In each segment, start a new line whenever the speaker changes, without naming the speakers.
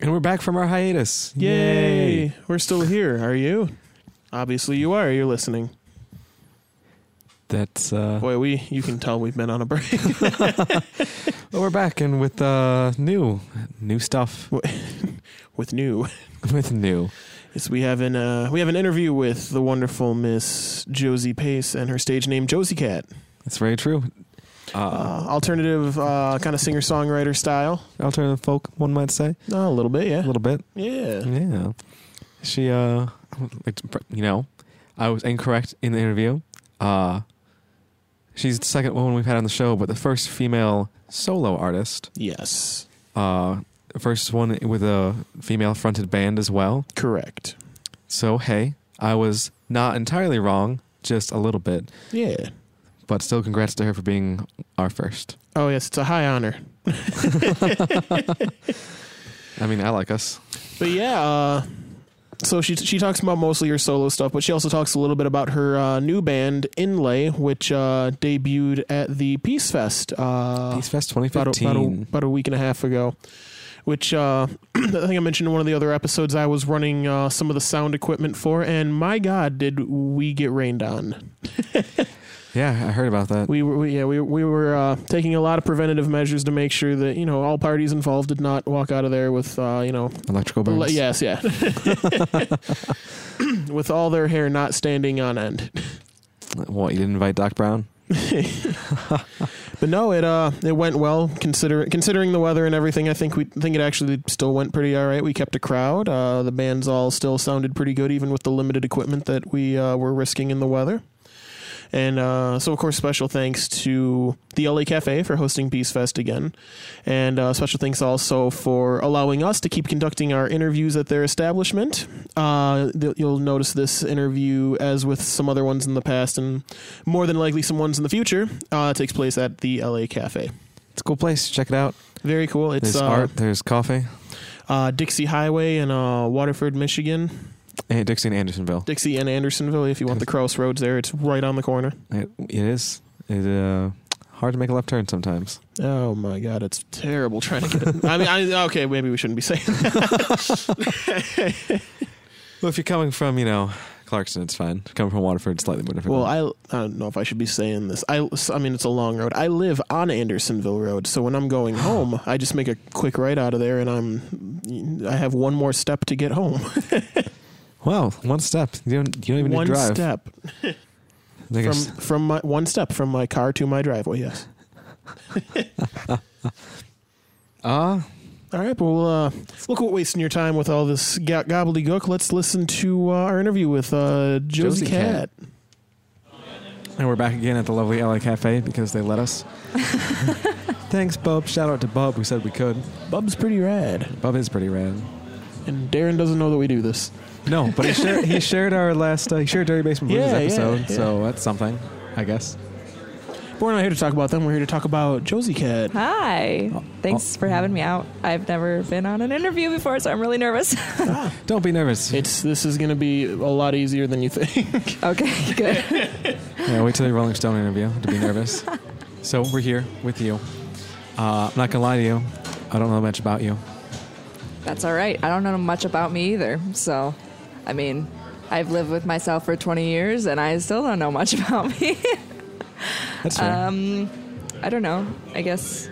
And we're back from our hiatus.
Yay. We're still here. Are you? Obviously, you are. You're listening.
That's uh
Boy, we you can tell we've been on a break.
well, oh, we're back and with uh new new stuff
With new,
with new.
yes, we have an uh, we have an interview with the wonderful Miss Josie Pace and her stage name Josie Cat,
That's very true. Uh,
uh, alternative uh, kind of singer songwriter style.
alternative folk, one might say,
Oh, a little bit,
a
yeah,
little bit.
yeah.
Yeah. She uh like you know, I was incorrect in the interview. Uh she's the second woman we've had on the show, but the first female solo artist.
Yes,
Uh first one with a female fronted band as well.
correct.
So hey, I was not entirely wrong, just a little bit.
Yeah.
But still congrats to her for being our first.
Oh yes, it's a high honor.
I mean, I like us.
But yeah, uh, so she she talks about mostly her solo stuff, but she also talks a little bit about her uh, new band Inlay, which uh, debuted at the Peace Fest uh,
Peace Fest
about, a, about, a,
2015.
about a week and a half ago. Which uh, I think I mentioned in one of the other episodes, I was running uh, some of the sound equipment for, and my God, did we get rained on!
yeah, I heard about that.
We were, we, yeah, we we were uh, taking a lot of preventative measures to make sure that you know all parties involved did not walk out of there with uh, you know
Electrical burns.
Le- yes, yeah. With all their hair not standing on end.
What, you didn't invite Doc Brown?
But no, it uh it went well consider considering the weather and everything. I think we think it actually still went pretty all right. We kept a crowd. Uh, the bands all still sounded pretty good even with the limited equipment that we uh, were risking in the weather. And uh, so, of course, special thanks to the LA Cafe for hosting Peace Fest again. And uh, special thanks also for allowing us to keep conducting our interviews at their establishment. Uh, th- you'll notice this interview, as with some other ones in the past, and more than likely some ones in the future, uh, takes place at the LA Cafe.
It's a cool place. Check it out.
Very cool. It's
There's
uh,
art, there's coffee.
uh, Dixie Highway in uh, Waterford, Michigan.
And Dixie and Andersonville.
Dixie and Andersonville, if you want the crossroads there, it's right on the corner.
It, it is. It uh hard to make a left turn sometimes.
Oh my god, it's terrible trying to get. It. I mean, I, okay, maybe we shouldn't be saying that.
Well, if you're coming from, you know, Clarkson, it's fine. If you're coming from Waterford, it's slightly more difficult.
well, I, I don't know if I should be saying this. I, I mean, it's a long road. I live on Andersonville Road, so when I'm going home, I just make a quick right out of there, and I'm, I have one more step to get home.
wow, one step. You don't, you don't even
one
need to drive.
step
I think
from
it's-
from my one step from my car to my driveway. Yes.
Ah,
All right, well, uh, look, we're wasting your time with all this go- gobbledygook. Let's listen to uh, our interview with uh,
Josie
Josie, Cat.
Cat. And we're back again at the lovely LA Cafe because they let us. Thanks, Bub. Shout out to Bub. We said we could.
Bub's pretty rad,
Bub is pretty rad.
and Darren doesn't know that we do this.
No, but he, shared, he shared our last, uh, he shared Dirty Basement Blues
Yeah, yeah,
episode,
yeah.
so that's something, I guess.
We're not here to talk about them. We're here to talk about Josie Cat.
Hi. Thanks for having me out. I've never been on an interview before, so I'm really nervous.
Don't be nervous.
It's this is going to be a lot easier than you think.
okay, good.
Yeah, wait till the Rolling Stone interview to be nervous. so we're here with you. Uh, I'm not gonna lie to you. I don't know much about you.
That's all right. I don't know much about me either. So, I mean, I've lived with myself for 20 years and I still don't know much about me.
That's fair.
um, I don't know. I guess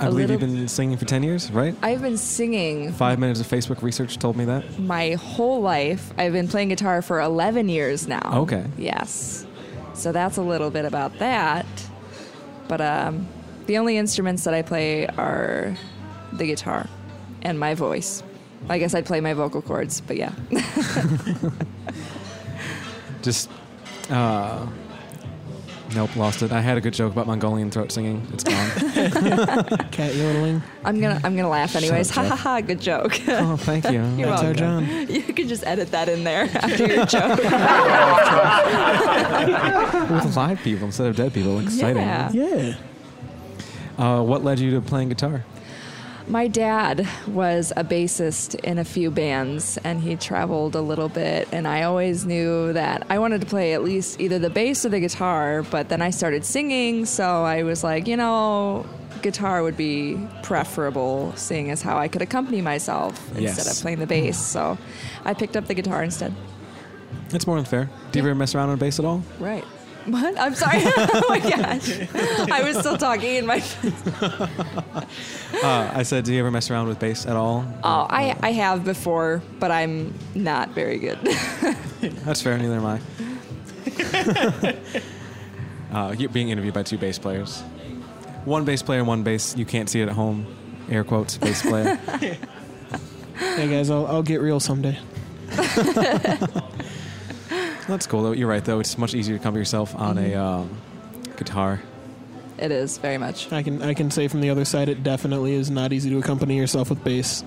I
a
believe you've
little-
been singing for 10 years, right?
I've been singing
Five minutes of Facebook research told me that.
my whole life. I've been playing guitar for 11 years now.
Okay.
Yes. So that's a little bit about that. But um, the only instruments that I play are the guitar and my voice. I guess I play my vocal cords, but yeah.
Just, uh, nope, lost it. I had a good joke about Mongolian throat singing. It's gone.
Cat yodeling.
I'm gonna I'm gonna laugh anyways. Ha
Shut up,
ha ha! Good joke.
oh, thank you.
You're
That's our
welcome.
John.
you could just edit that in there after your joke.
With live people instead of dead people. Exciting.
Yeah.
Yeah.
Uh, what led you to playing guitar?
My dad was a bassist in a few bands and he traveled a little bit and I always knew that I wanted to play at least either the bass or the guitar, but then I started singing, so I was like, you know, guitar would be preferable, seeing as how I could accompany myself instead
Yes.
of playing the bass. So I picked up the guitar instead.
It's more than fair. Do you ever mess around on bass at all?
Right. What? I'm sorry. oh my gosh. I was still talking in my.
Uh, I said, do you ever mess around with bass at all?
Oh, I, I have before, but I'm not very good.
That's fair. Neither am I. uh, you're being interviewed by two bass players. One bass player, one bass. You can't see it at home. Air quotes, bass player.
Hey guys, I'll, I'll get real someday.
That's cool though. You're right though. It's much easier to cover yourself on a um, guitar.
it is very much.
I can I can say from the other side, it definitely is not easy to accompany yourself with bass.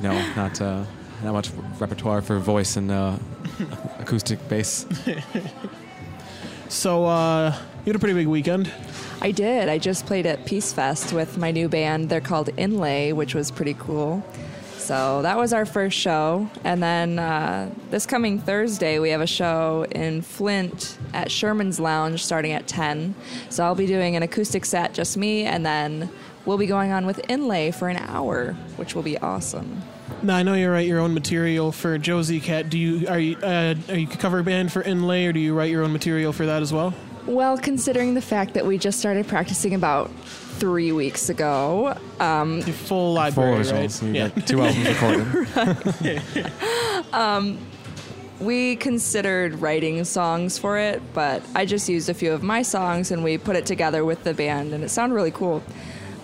No, not uh, not much repertoire for voice and uh, acoustic bass.
So uh, you had a pretty big weekend.
I did. I just played at Peace Fest with my new band. They're called Inlay, which was pretty cool. So that was our first show. And then uh, this coming Thursday, we have a show in Flint at Sherman's Lounge starting at 10. So I'll be doing an acoustic set, just me, and then we'll be going on with Inlay for an hour, which will be awesome.
Now I know you write your own material for Josie Cat. Do you are you uh, are you cover band for Inlay, or do you write your own material for that as well?
Well, considering the fact that we just started practicing about three weeks ago,
The
Four
full library,
originals.
right?
You got two albums recorded.
We considered writing songs for it, but I just used a few of my songs and we put it together with the band, and it sounded really cool.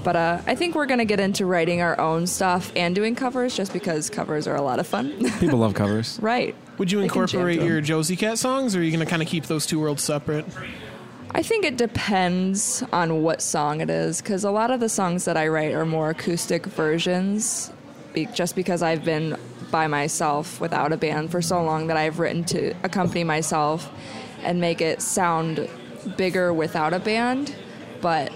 But uh, I think we're going to get into writing our own stuff and doing covers just because covers are a lot of fun.
People love covers.
right.
Would you
I can jam
incorporate
to 'em.
your Josie Cat songs, or are you going to kind of keep those two worlds separate?
I think it depends on what song it is, because a lot of the songs that I write are more acoustic versions, be- just because I've been by myself without a band for so long that I've written to accompany myself and make it sound bigger without a band. But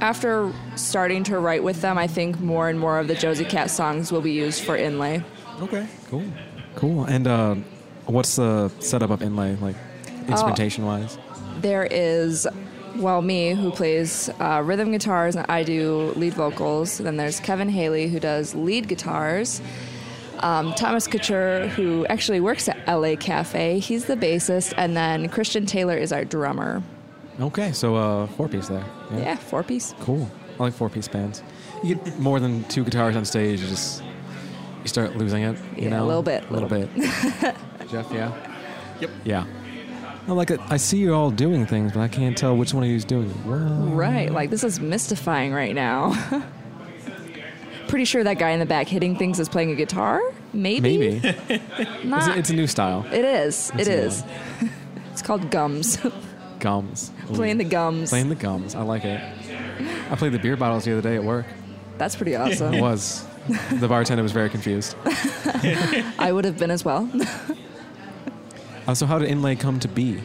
after starting to write with them, I think more and more of the Josie Cat songs will be used for inlay.
Okay. Cool. Cool. And uh, what's the setup of Inlay like, instrumentation wise?
there is well me who plays uh, rhythm guitars and i do lead vocals then there's kevin haley who does lead guitars um, thomas couture who actually works at la cafe he's the bassist and then christian taylor is our drummer
Okay, so uh, four piece there.
yeah four piece
Cool. I like four piece bands. You get more than two guitars on stage, you just you start losing it. You
Yeah, a
know?
little bit,
A little
little
bit. Jeff, yeah. Yep. Yeah. I like it. I see you all doing things, but I can't tell which one of you is doing what.
right like this is mystifying right now pretty sure that guy in the back hitting things is playing a guitar maybe
Maybe. it's,
not
a- it's a new style.
it is it
It's a new
is it's called gums
Gums. Ooh.
playing the gums
Playing the gums. I like it. I played the beer bottles the other day at work.
that's pretty awesome
It was. the bartender was very confused.
I would have been as well.
Uh, so how did Inlay come to be?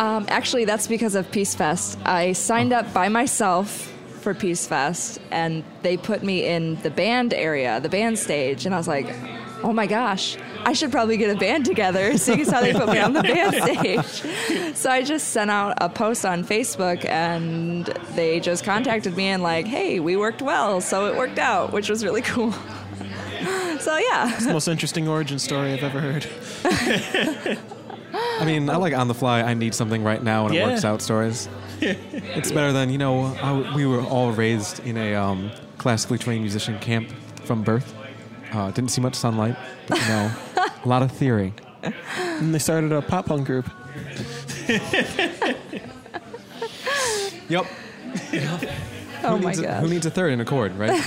Um, actually, that's because of Peace Fest. I signed up by myself for Peace Fest, and they put me in the band area, the band stage, and I was like, oh my gosh, I should probably get a band together, seeing as how they put me on the band stage. So I just sent out a post on Facebook, and they just contacted me and, like, hey, we worked well, so it worked out, which was really cool. So yeah.
It's the most interesting origin story I've ever heard.
I mean, I like on the fly. I need something right now, and it
Yeah.
works out stories. it's better than you know. I w we were all raised in a um, classically trained musician camp from birth. Uh, didn't see much sunlight. But, you know, a lot of theory.
And they started a pop punk group.
Yep.
Oh
who
my
needs a, Who
gosh.
needs a third in a chord, right?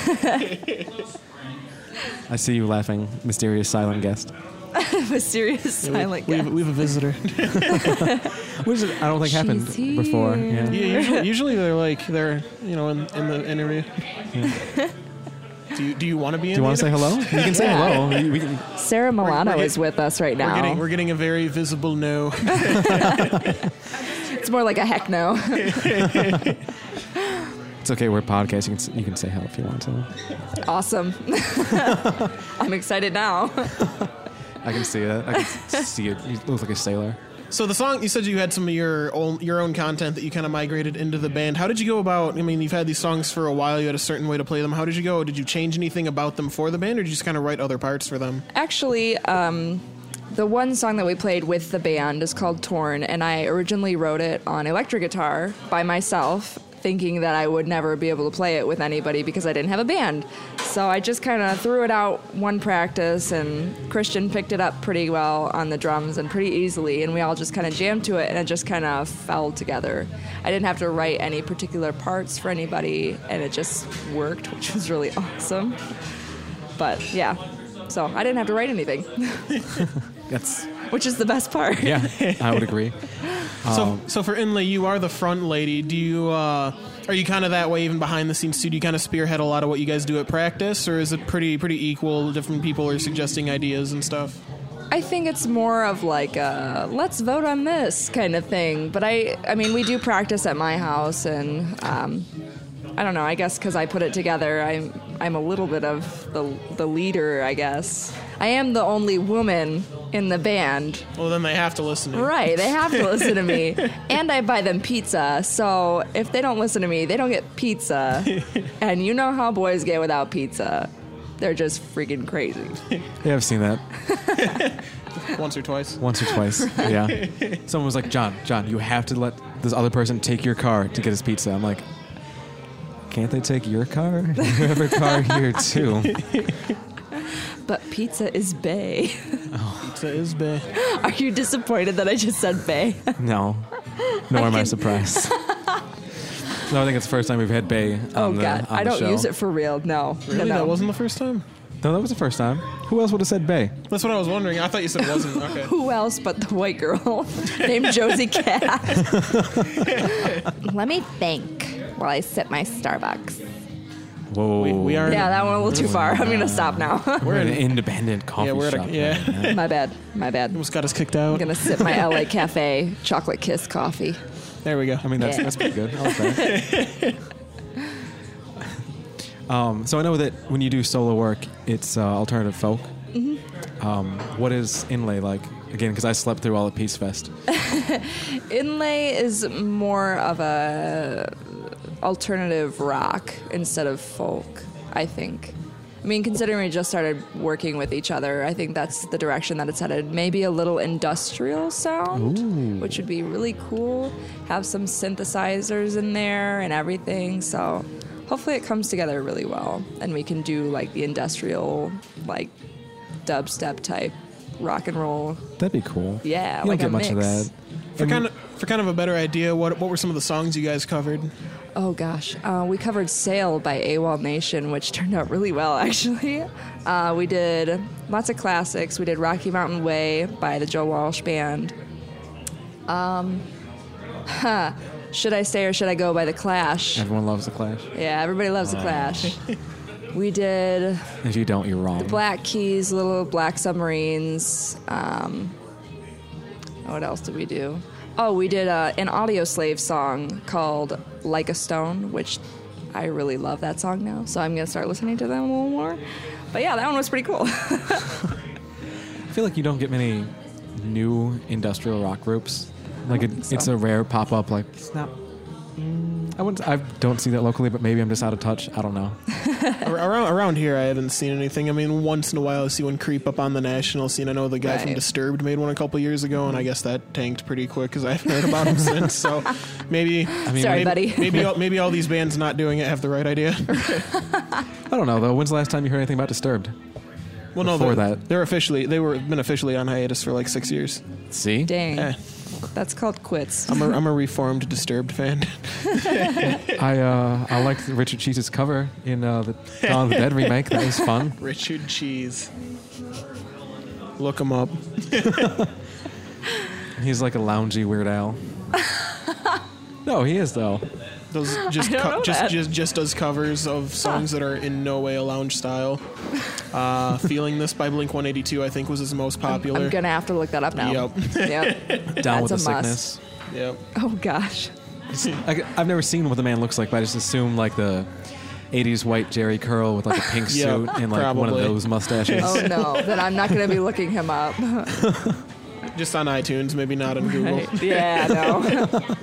I see you laughing, mysterious silent guest.
Mysterious silent
we,
guest.
have, we have a visitor.
Which I don't think happened
She's here.
before. Yeah.
yeah, usually, usually they're like they're you know in, in the interview. do you do you want to be? in
Do you want to say hello? You can say
Yeah.
hello. You- we can-
Sarah Milano
we're
is
getting-
with us right now.
We're getting, we're getting a very visible no.
it's more like a heck no.
it's okay. We're podcasting. You can, s- you can say hello if you want to.
awesome. I'm excited now.
I can see that. I can see it. You look like a sailor.
So the song you said you had some of your own, your own content that you kind of migrated into the band. How did you go about? I mean, you've had these songs for a while. You had a certain way to play them. How did you go? Did you change anything about them for the band, or did you just kind of write other parts for them?
Actually, um, the one song that we played with the band is called Torn, and I originally wrote it on electric guitar by myself, thinking that I would never be able to play it with anybody because I didn't have a band. So I just kind of threw it out one practice, and Christian picked it up pretty well on the drums and pretty easily, and we all just kind of jammed to it, and it just kind of fell together. I didn't have to write any particular parts for anybody, and it just worked, which was really awesome. But yeah, so I didn't have to write anything
That's
which is the best part.
yeah. I would agree.
So, so for Inlay, you are the front lady. Do you uh, are you kind of that way even behind the scenes too? Do you kind of spearhead a lot of what you guys do at practice, or is it pretty pretty equal? Different people are suggesting ideas and stuff.
I think it's more of like a let's vote on this kind of thing. But I, I mean, we do practice at my house, and um, I don't know. I guess because I put it together, I'm I'm a little bit of the the leader. I guess I am the only woman in the band.
Well, then they have to listen. To you.
Right, they have to listen to me. And I buy them pizza. So if they don't listen to me, they don't get pizza. and you know how boys get without pizza. They're just freaking crazy.
Yeah, I've seen that
once or twice.
once or twice. Yeah. Someone was like, John, John, you have to let this other person take your car to get his pizza. I'm like, can't they take your car? You have a car here too.
But pizza is bay.
Pizza is big.
Are you disappointed that I just said bay?
No. Nor am I surprised. No, I think it's the first time we've had Bay on
Oh
the
god,
on
I
the
don't
show.
use it for real. No, No,
Really,
no,
that wasn't the first time.
No, that was the first time. Who else would have said Bay?
That's what I was wondering. I thought you said it wasn't. Okay.
Who else but the white girl named Josie Cat? Let me think while I sip my Starbucks.
Whoa.
We- we are-
Yeah, that went a little too far. I'm gonna stop now.
We're an independent coffee
Yeah, we're at a-
shop.
yeah.
right now.
my bad. My bad. I'm
Almost got us kicked out.
gonna sip my LA Cafe chocolate kiss coffee.
There we go.
I mean, that's,
Yeah.
that's pretty good. I like that. um, so I know that when you do solo work, it's uh, alternative folk.
Mm-hmm.
Um, what is Inlay like? Again, because I slept through all at Peace Fest.
Inlay is more of a alternative rock instead of folk, I think. I mean, considering we just started working with each other, I think that's the direction that it's headed. Maybe a little industrial sound, which would be really cool. Have some synthesizers in there and everything. So hopefully it comes together really well and we can do like the industrial, like dubstep type rock and roll.
That'd be cool.
Yeah,
you
like
don't get much
a
of
mix.
that.
for kind of for kind of a better idea, what what were some of the songs you guys covered?
Oh gosh, uh, we covered "Sail" by AWOL Nation, which turned out really well, actually. Uh, we did lots of classics. We did "Rocky Mountain Way" by the Joe Walsh Band. Um, Should I Stay or Should I Go by the Clash?
Everyone loves the Clash.
Yeah, everybody loves the Clash. We did
If you don't, you're wrong.
Black Keys, Little Black Submarines. Um, what else did we do? Oh, we did uh, an Audio Slave song called Like a Stone, which I really love that song now. So I'm going to start listening to them a little more. But yeah, that one was pretty cool.
I feel like you don't get many new industrial rock groups. Like it,
think so.
it's a rare pop up. Like it's not. mm, I wouldn't. I don't see that locally, but maybe I'm just out of touch. I don't know.
Ar- around around here, I haven't seen anything. I mean, once in a while, I see one creep up on the national scene. I know the guy from
Right.
Disturbed made one a couple years ago, and I guess that tanked pretty quick because I haven't heard about him since. So maybe,
mean,
Sorry,
maybe,
buddy.
maybe all, maybe all these bands not doing it have the right idea.
I don't know though. When's the last time you heard anything about Disturbed?
Well, no,
Before
they're,
that.
they're officially they were been officially on hiatus for like six years.
See,
Dang.
Eh,
That's called quits.
I'm a I'm a reformed Disturbed fan.
I uh, I liked Richard Cheese's cover in uh, the Dawn of the Dead remake. That was fun.
Richard Cheese. Look him up.
He's like a loungy Weird Al. No, he is though.
Those just
don't know
just,
that.
just just does covers of songs that are in no way a lounge style. Uh, Feeling this by Blink 182, I think, was his most popular.
I'm going to have to look that up now. Yep.
Down with the
That's a
sickness.
must.
yep.
Oh, gosh.
Like, I've never seen what the man looks like, but I just assume like the '80s white Jerry curl with like a pink
Yeah,
suit and like one of
probably.
those mustaches.
Oh, no. then I'm not going to be looking him up.
Just on iTunes, maybe not on Google.
Right. Yeah, no.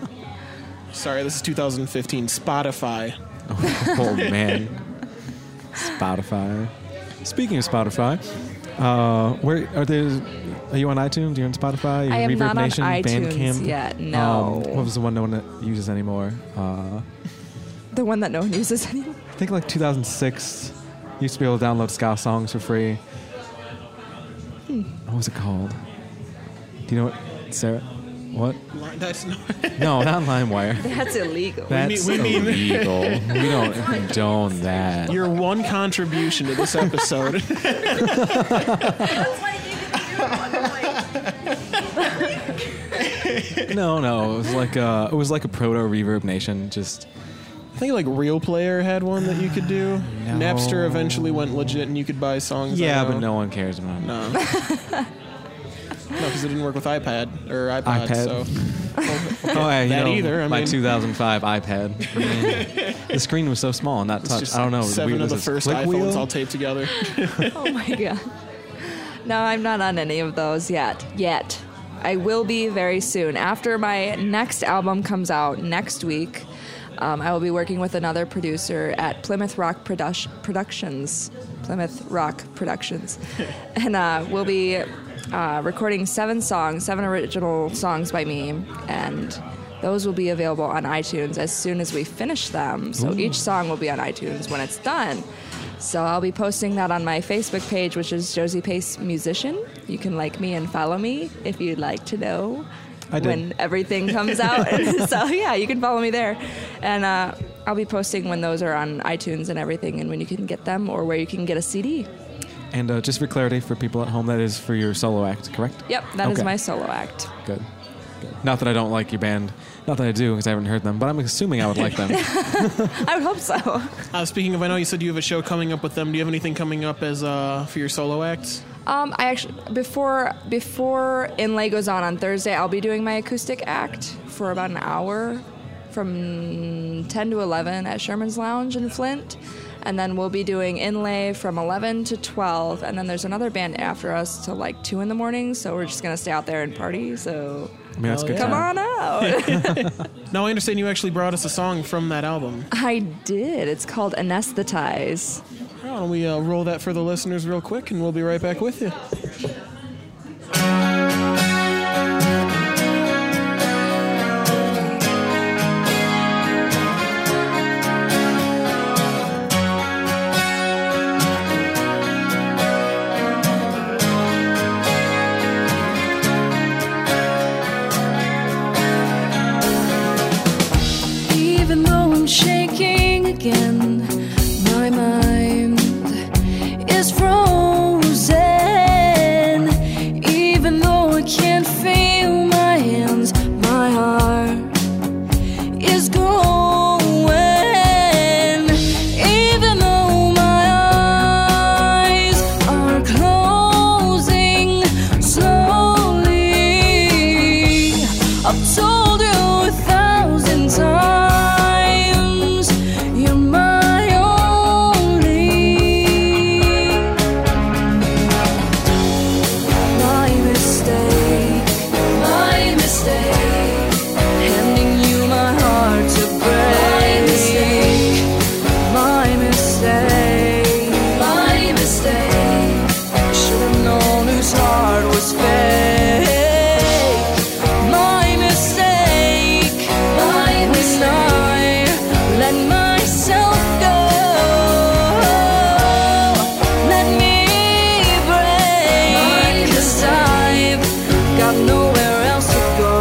Sorry, this is 2015. Spotify.
oh man, Spotify. Speaking of Spotify, uh, where are there? Are you on iTunes? You're on Spotify? You're
I am
Reverb
not on
Nation,
iTunes
Bandcamp?
yet, no.
Um, what was the one no one uses anymore? Uh,
the one that no one uses anymore.
I think like 2006. You used to be able to download ska songs for free.
Hmm.
What was it called? Do you know what, Sarah? What?
Li- That's not.
No, not LimeWire.
That's illegal.
That's
we mean-
illegal. we don't condone that.
Your one contribution to this episode.
No, no. It was like a, it was like a proto Reverb Nation. Just
I think like Real Player had one that you could do.
No.
Napster eventually went legit, and you could buy songs. I
yeah,
know.
but no one cares about it.
No. no, because it didn't work with iPad or iPod.
iPad.
So
Oh, yeah, you
That
know,
either, I
my
mean-
2005 iPad. Man, the screen was so small, and not
it's
touch.
just
I don't know. it was
Seven
weird.
of the
Was it
first
click
iPhones
wheel?
all taped together.
oh my god. No, I'm not on any of those yet. Yet. I will be very soon. After my next album comes out next week, um, I will be working with another producer at Plymouth Rock Produc- Productions. Plymouth Rock Productions. and uh, we'll be uh, recording seven songs, seven original songs by me, and those will be available on iTunes as soon as we finish them. So each song will be on iTunes when it's done. So I'll be posting that on my Facebook page, which is Josie Pace Musician. You can like me and follow me if you'd like to know
I did.
when everything comes out. so yeah, you can follow me there, and uh, I'll be posting when those are on iTunes and everything, and when you can get them or where you can get a CD.
And uh, just for clarity, for people at home, that is for your solo act, correct?
Yep, that is
Okay.
my solo act.
Good. Good. Not that I don't like your band. Not that I do, because I haven't heard them. But I'm assuming I would like them.
I would hope so.
Uh, speaking of, I know you said you have a show coming up with them. Do you have anything coming up as uh, for your solo acts?
Um, I actually before before Inlay goes on on Thursday, I'll be doing my acoustic act for about an hour, from ten to eleven at Sherman's Lounge in Flint, and then we'll be doing Inlay from eleven to twelve, and then there's another band after us till like two in the morning. So we're just gonna stay out there and party. So
I mean,
Oh,
that's a good.
come
time.
on out.
No, I understand you actually brought us a song from that album.
I did. It's called Anesthetize.
Why don't we uh, roll that for the listeners real quick, and we'll be right back with you.
Even though I'm shaking again, my mind is frozen. Even though I can't feel my hands, my heart is going. Even though my eyes are closing slowly, I've told you a thousand times you're my only, my mistake, my mistake. Handing you my heart to break. My mistake. My mistake. Should've known whose heart was fake. My mistake. My mistake. Let myself go. Let me break. 'Cause I've got nowhere else to go.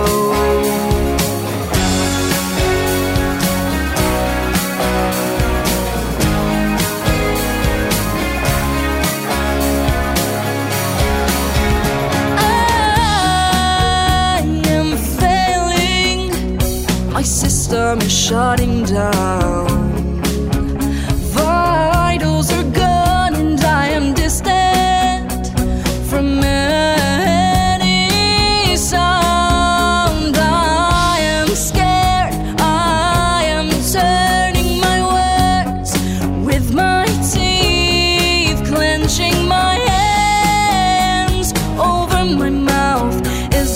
I am failing. My system is shutting down. Vitals are gone, and I am distant from any sound. I am scared. I am turning my words with my teeth, clenching my hands over my mouth as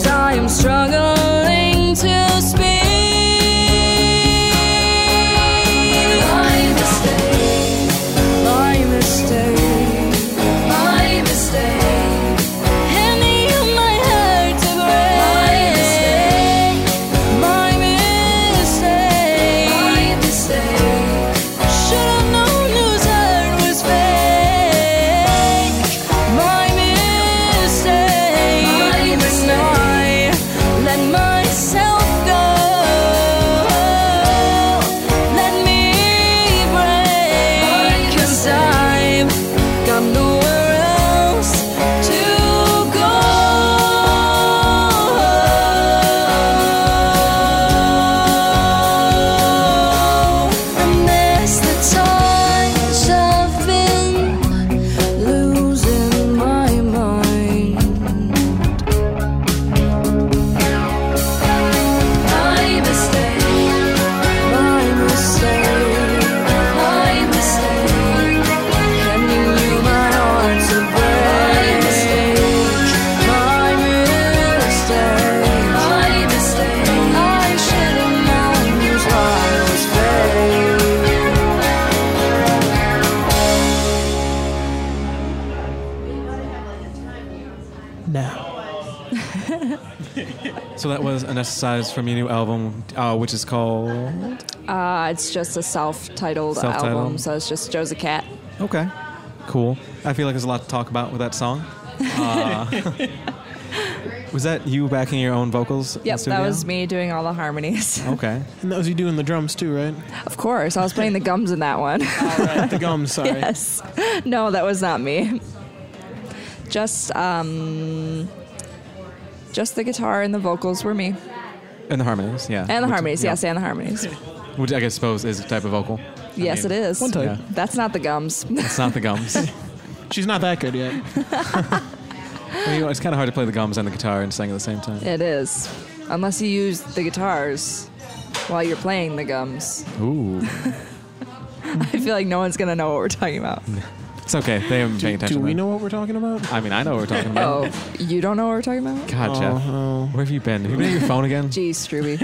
now.
So that was Anesthetized from your new album, uh, which is called.
Uh, it's just a self-titled,
Self-titled.
album, so it's just Joe's a cat.
Okay, cool. I feel like there's a lot to talk about with that song. Uh, was that you backing your own vocals? in the
Yep,
studio?
that was me doing all the harmonies.
Okay.
And that was you doing the drums too, right?
Of course, I was playing the gums in that one.
the gums, sorry.
yes. No, that was not me. Just um just the guitar and the vocals were me.
And the harmonies, yeah.
And the
Which-
harmonies,
yeah.
yes, and the harmonies.
Which I guess suppose is a type of vocal.
Yes,
mean,
it is.
One type.
Yeah.
That's not the gums.
It's not the gums. I
She's not that good yet.
mean, it's kind of hard to play the gums and the guitar and sing at the same time.
it is. Unless you use the guitars while you're playing the gums.
Ooh.
I feel like no one's going to know what we're talking about.
It's okay. They haven't been paying
Do
attention.
we
then.
know what we're talking about?
I mean, I know what we're talking about.
Oh, you don't know what we're talking about?
God, Jeff.
Oh,
Where have you been? Have you been at your phone again?
Geez, Struby.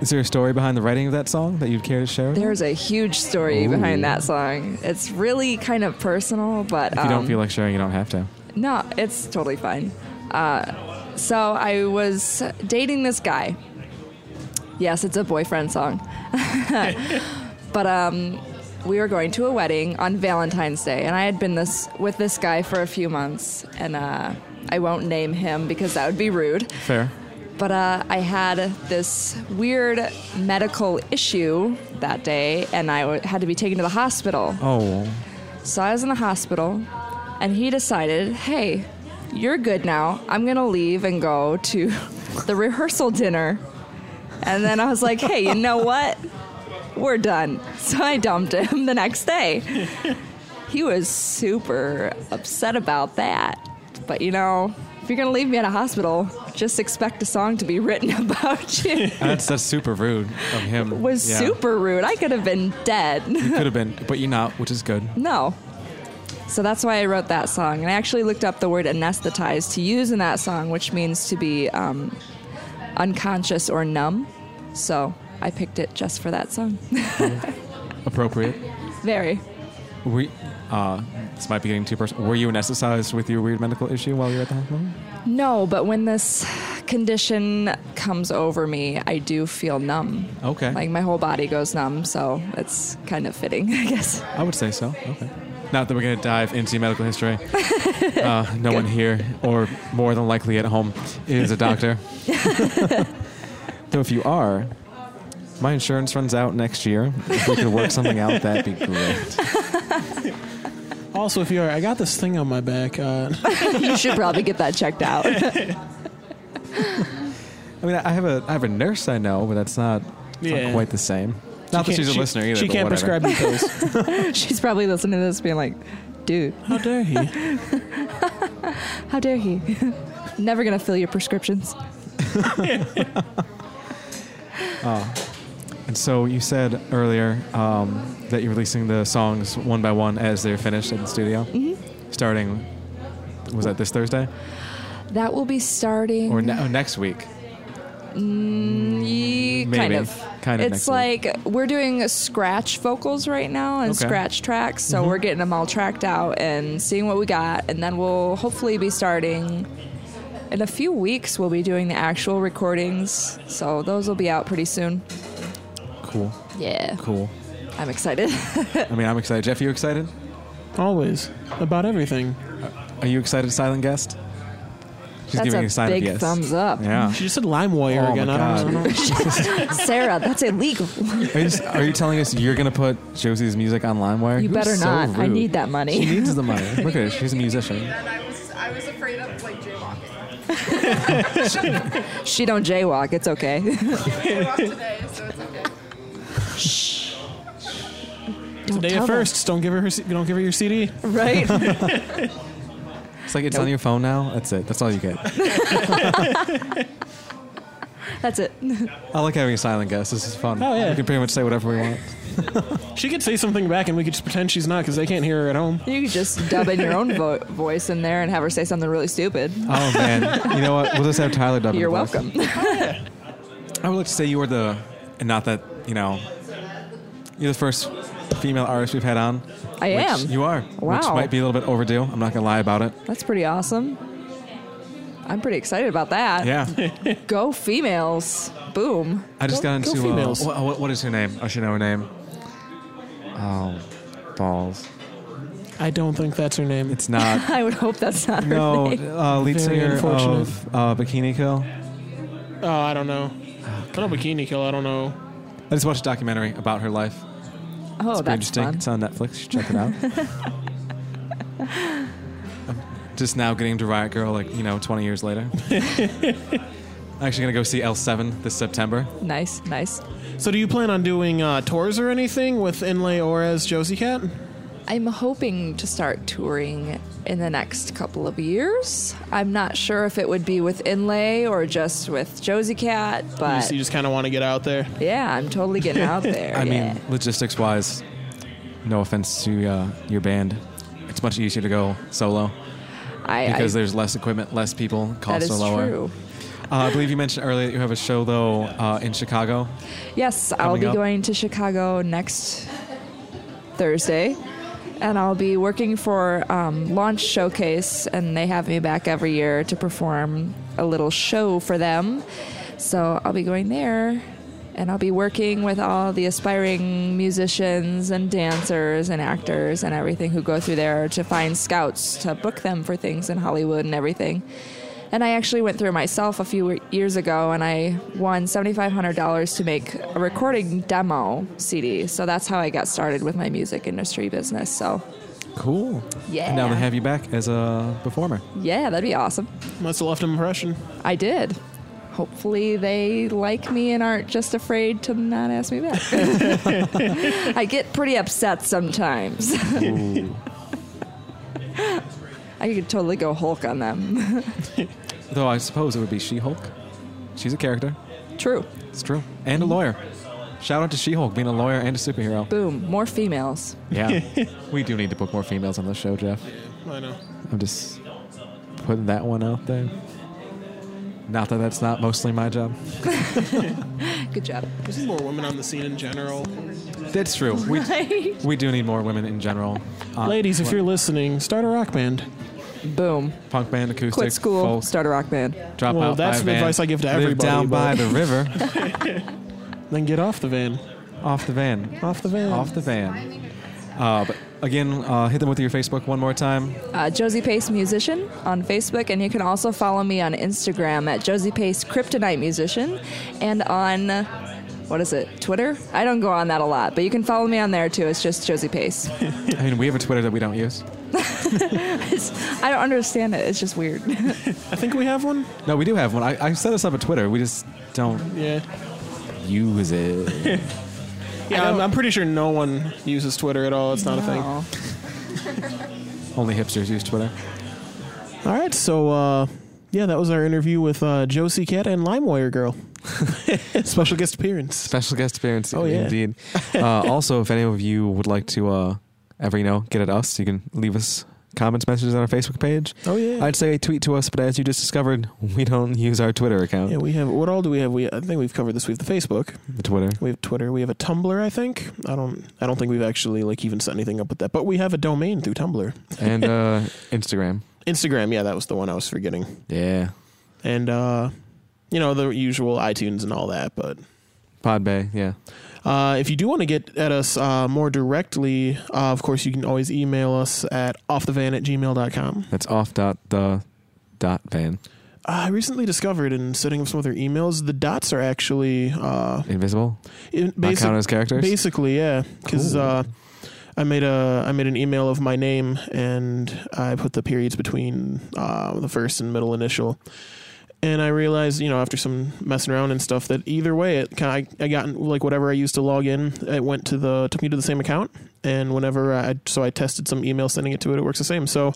Is there a story behind the writing of that song that you'd care to share?
There's a huge story
Ooh.
behind that song. It's really kind of personal, but
if you
um,
don't feel like sharing, you don't have to.
No, it's totally fine. Uh, so I was dating this guy. Yes, it's a boyfriend song. but um, we were going to a wedding on Valentine's Day, and I had been this with this guy for a few months, and uh, I won't name him because that would be rude.
Fair.
But uh, I had this weird medical issue that day, and I w- had to be taken to the hospital.
Oh.
So I was in the hospital, and he decided, hey, you're good now. I'm going to leave and go to the rehearsal dinner. And then I was like, hey, you know what? We're done. So I dumped him the next day. He was super upset about that. But you know, if you're going to leave me at a hospital, just expect a song to be written about you.
That's that's super rude of him.
was
Yeah.
super rude. I could have been dead.
Could have been, but you're not, which is good.
No. So that's why I wrote that song. And I actually looked up the word anesthetized to use in that song, which means to be um, unconscious or numb. So I picked it just for that song.
Appropriate.
Very.
We, uh, this might be getting too personal. Were you anesthetized with your weird medical issue while you were at the hospital?
No, but when this condition comes over me, I do feel numb.
Okay.
Like my whole body goes numb, so it's kind of fitting, I guess.
I would say so. Okay. Not that we're going to dive into medical history. uh, no one here, or more than likely at home, is a doctor. Though if you are, my insurance runs out next year. If we could work something out, that'd be great.
Also, if you are, I got this thing on my back. Uh,
you should probably get that checked out.
I mean, I have a I have a nurse I know, but that's not, it's not
Yeah.
quite the same.
she
Not that
can't-
she's a
she-
listener either.
She
but
can't
whatever.
prescribe you pills.
She's probably listening to this being like, dude,
How dare he?
how dare he? Never going to fill your prescriptions.
And so you said earlier um, that you're releasing the songs one by one as they're finished at the studio, mm-hmm. starting. Was that this Thursday
That will be starting. Mm,
or ne- oh,
Mm-hmm.
next week?
Ye-
Maybe.
Kind of.
Kind of
It's
next
like we're doing scratch vocals right now
Okay.
and
Mm-hmm.
scratch tracks, so we're getting them all tracked out and seeing what we got, and then we'll hopefully be starting. In a few weeks, we'll be doing the actual recordings, so those will be out pretty soon.
Cool,
Yeah,
cool.
I'm excited.
I mean, I'm excited. Jeff, are you excited?
Always. About everything.
Are you excited, silent guest? She's
that's
giving
a
a sign
big
of yes.
thumbs up,
Yeah.
She just said LimeWire
Oh,
again.
my
I don't
God.
know.
Sarah. That's illegal.
Are you, are you telling us you're gonna put Josie's music on LimeWire?
You
You're
better
so
not. I
rude.
need that
She
money.
needs the money. Look at her. She's a musician.
And I was, I was afraid of like jaywalking.
she don't jaywalk. It's okay.
I walked today, so it's okay.
don't
Day
tell
of
them.
firsts. Don't give her her. C- Don't give her your CD.
right?
It's like it's on your phone now. That's it. That's all you get.
That's it.
I like having a silent guest. This is fun.
Oh, yeah.
We can pretty much say whatever we want.
She could say something back, and we could just pretend she's not because they can't hear her at home.
You could just dub in your own vo- voice in there and have her say something really stupid.
Oh man, you know what? We'll just have Tyler dub. it
You're
for us.
welcome.
I would like to say you were the, and not that you know, you're the first female artist we've had on.
I
which
am.
You are. Which
Wow.
might be a little bit overdue. I'm not going to lie about it.
That's pretty awesome. I'm pretty excited about that.
Yeah.
Go females. Boom.
I just got into.
Go- go
uh,
females.
wha- what, what is her name? I should know her name. Oh, balls.
I don't think that's her name.
It's not.
I would hope that's not her
no,
name.
uh, lead
Very
singer
unfortunate.
of uh, Bikini Kill.
Oh, I don't know. I know Bikini Kill. I don't know.
I just watched a documentary about her life.
Oh,
Pretty
that's
interesting.
fun.
It's on Netflix. You should check it out. I'm just now getting into Riot Girl, like, you know, 20 years later. I'm actually going to go see L7 this September.
Nice, nice.
So, do you plan on doing uh, tours or anything with Inlay or as Josie Cat?
I'm hoping to start touring in the next couple of years. I'm not sure if it would be with Inlay or just with Josie Cat,
You
but
just, kind of want to get out there.
yeah, I'm totally getting out there.
I
yeah.
mean, logistics wise, no offense to uh, your band, it's much easier to go solo
I, I,
because there's less equipment, less people,
that
costs
is
are lower.
true.
Uh, I believe you mentioned earlier that you have a show, though, uh, in Chicago.
Yes, I'll
Coming
be
up.
going to Chicago next Thursday, and I'll be working for um, Launch Showcase, and they have me back every year to perform a little show for them. So I'll be going there, and I'll be working with all the aspiring musicians and dancers and actors and everything who go through there to find scouts to book them for things in Hollywood and everything. And I actually went through myself a few years ago and I won $7,500 to make a recording demo CD. So that's how I got started with my music industry business. So,
Cool.
Yeah.
And now they have you back as a performer.
yeah, that'd be awesome.
Must have left an impression.
I did. Hopefully they like me and aren't just afraid to not ask me back. I get pretty upset sometimes. I could totally go Hulk on them.
Though I suppose it would be She Hulk. She's a character.
True.
It's true. And a
Mm-hmm.
lawyer. Shout out to She Hulk being a lawyer and a superhero.
Boom. More females.
Yeah. we do need to book more females on the show, Jeff.
I know.
I'm just putting that one out there. Not that that's not mostly my job.
Good job.
There's more women on the scene in general.
That's true. We, we do need more women in general. Uh,
Ladies, if you're listening, start a rock band.
Boom.
punk band, acoustic,
Quit school,
folk,
start a rock band.
drop
Well,
out
that's
by
the
van,
advice I give to
live
everybody,
down by
but-
the river,
Then get off the van.
off the van,
Off the van.
off the van. Uh, but again, uh, hit them with your Facebook one more time.
Uh, Josie Pace Musician on Facebook, and you can also follow me on Instagram at Josie Pace Kryptonite Musician and on, uh, what is it, Twitter? I don't go on that a lot, but you can follow me on there too. It's just Josie Pace.
I mean, we have a Twitter that we don't use.
I don't understand it, it's just weird.
I think we have one.
No, we do have one. I, I set us up a Twitter. We just don't
Yeah.
use it.
Yeah, I'm, I'm pretty sure no one uses Twitter at all. It's not a thing.
Oh.
Only hipsters use Twitter.
All right, so uh, yeah, that was our interview with uh, Josie Cat and LimeWire Girl. Special guest appearance.
Special guest appearance.
Oh, yeah.
Indeed. uh, also, if any of you would like to uh, ever, you know, get at us, you can leave us comments, messages on our Facebook page.
Oh yeah.
I'd say tweet to us, but as you just discovered, we don't use our Twitter account.
yeah, we have. What all do we have? We I think we've covered this. We have the Facebook.
The Twitter.
We have Twitter. We have a Tumblr. I think. I don't. I don't think we've actually like even set anything up with that. But we have a domain through Tumblr.
And uh, Instagram.
Instagram. Yeah, that was the one I was forgetting.
Yeah.
And uh, you know the usual iTunes and all that. But
Podbay. Yeah.
Uh, if you do want to get at us uh, more directly, uh, of course, you can always email us at offthevan at gmail.com.
That's off dot the dot van.
I recently discovered in setting up some other emails, the dots are actually uh,
Invisible.
in
Not
basic,
count as characters.
basically, yeah, because
Cool.
uh, I made a I made an email of my name and I put the periods between uh, the first and middle initial, and I realized you know after some messing around and stuff that either way it kind I, I got like whatever I used to log in it went to the took me to the same account and whenever I so I tested some email sending it to it it works the same so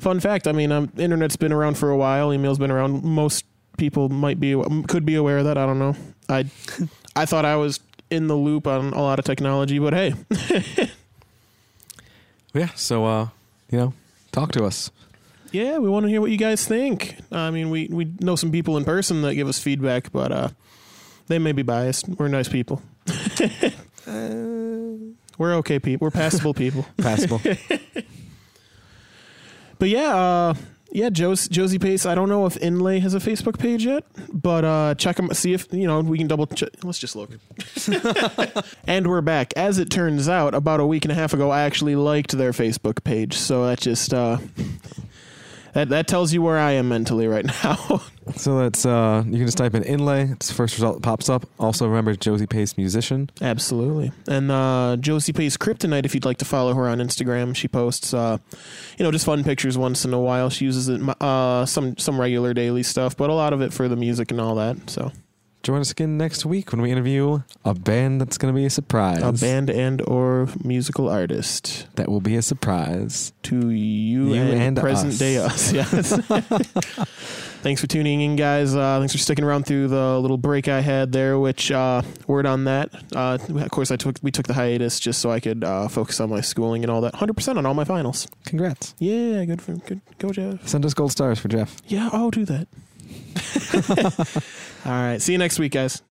fun fact I mean um, internet's been around for a while email's been around most people might be could be aware of that I don't know I I thought I was in the loop on a lot of technology but hey
Yeah. So, uh, you know, talk to us.
Yeah, we want to hear what you guys think. I mean, we, we know some people in person that give us feedback, but uh, they may be biased. We're nice people. We're okay people. We're passable people.
Passable.
But yeah, uh, yeah, Jos- Josie Pace. I don't know if Inlay has a Facebook page yet, but uh, check them. See if you know we can double check. Let's just look. and we're back. As it turns out, about a week and a half ago, I actually liked their Facebook page. So that just uh, that that tells you where I am mentally right now.
so that's uh, you can just type in inlay. It's the first result that pops up. Also remember Josie Pace musician.
Absolutely. And uh, Josie Pace Kryptonite, if you'd like to follow her on Instagram, she posts, uh, you know, just fun pictures once in a while. She uses it uh, some some regular daily stuff, but a lot of it for the music and all that. So
Join us again next week when we interview a band that's going to be a surprise.
a band and or musical artist
that will be a surprise.
to you,
You
and,
and
present
us.
day us. Yes. thanks for tuning in, guys. Uh, thanks for sticking around through the little break I had there. Which uh, word on that? Uh, of course, I took we took the hiatus just so I could uh, focus on my schooling and all that. Hundred percent on all my finals.
Congrats.
Yeah, good for good. Go Jeff.
Send us gold stars for Jeff.
Yeah, I'll do that. All right. See you next week, guys.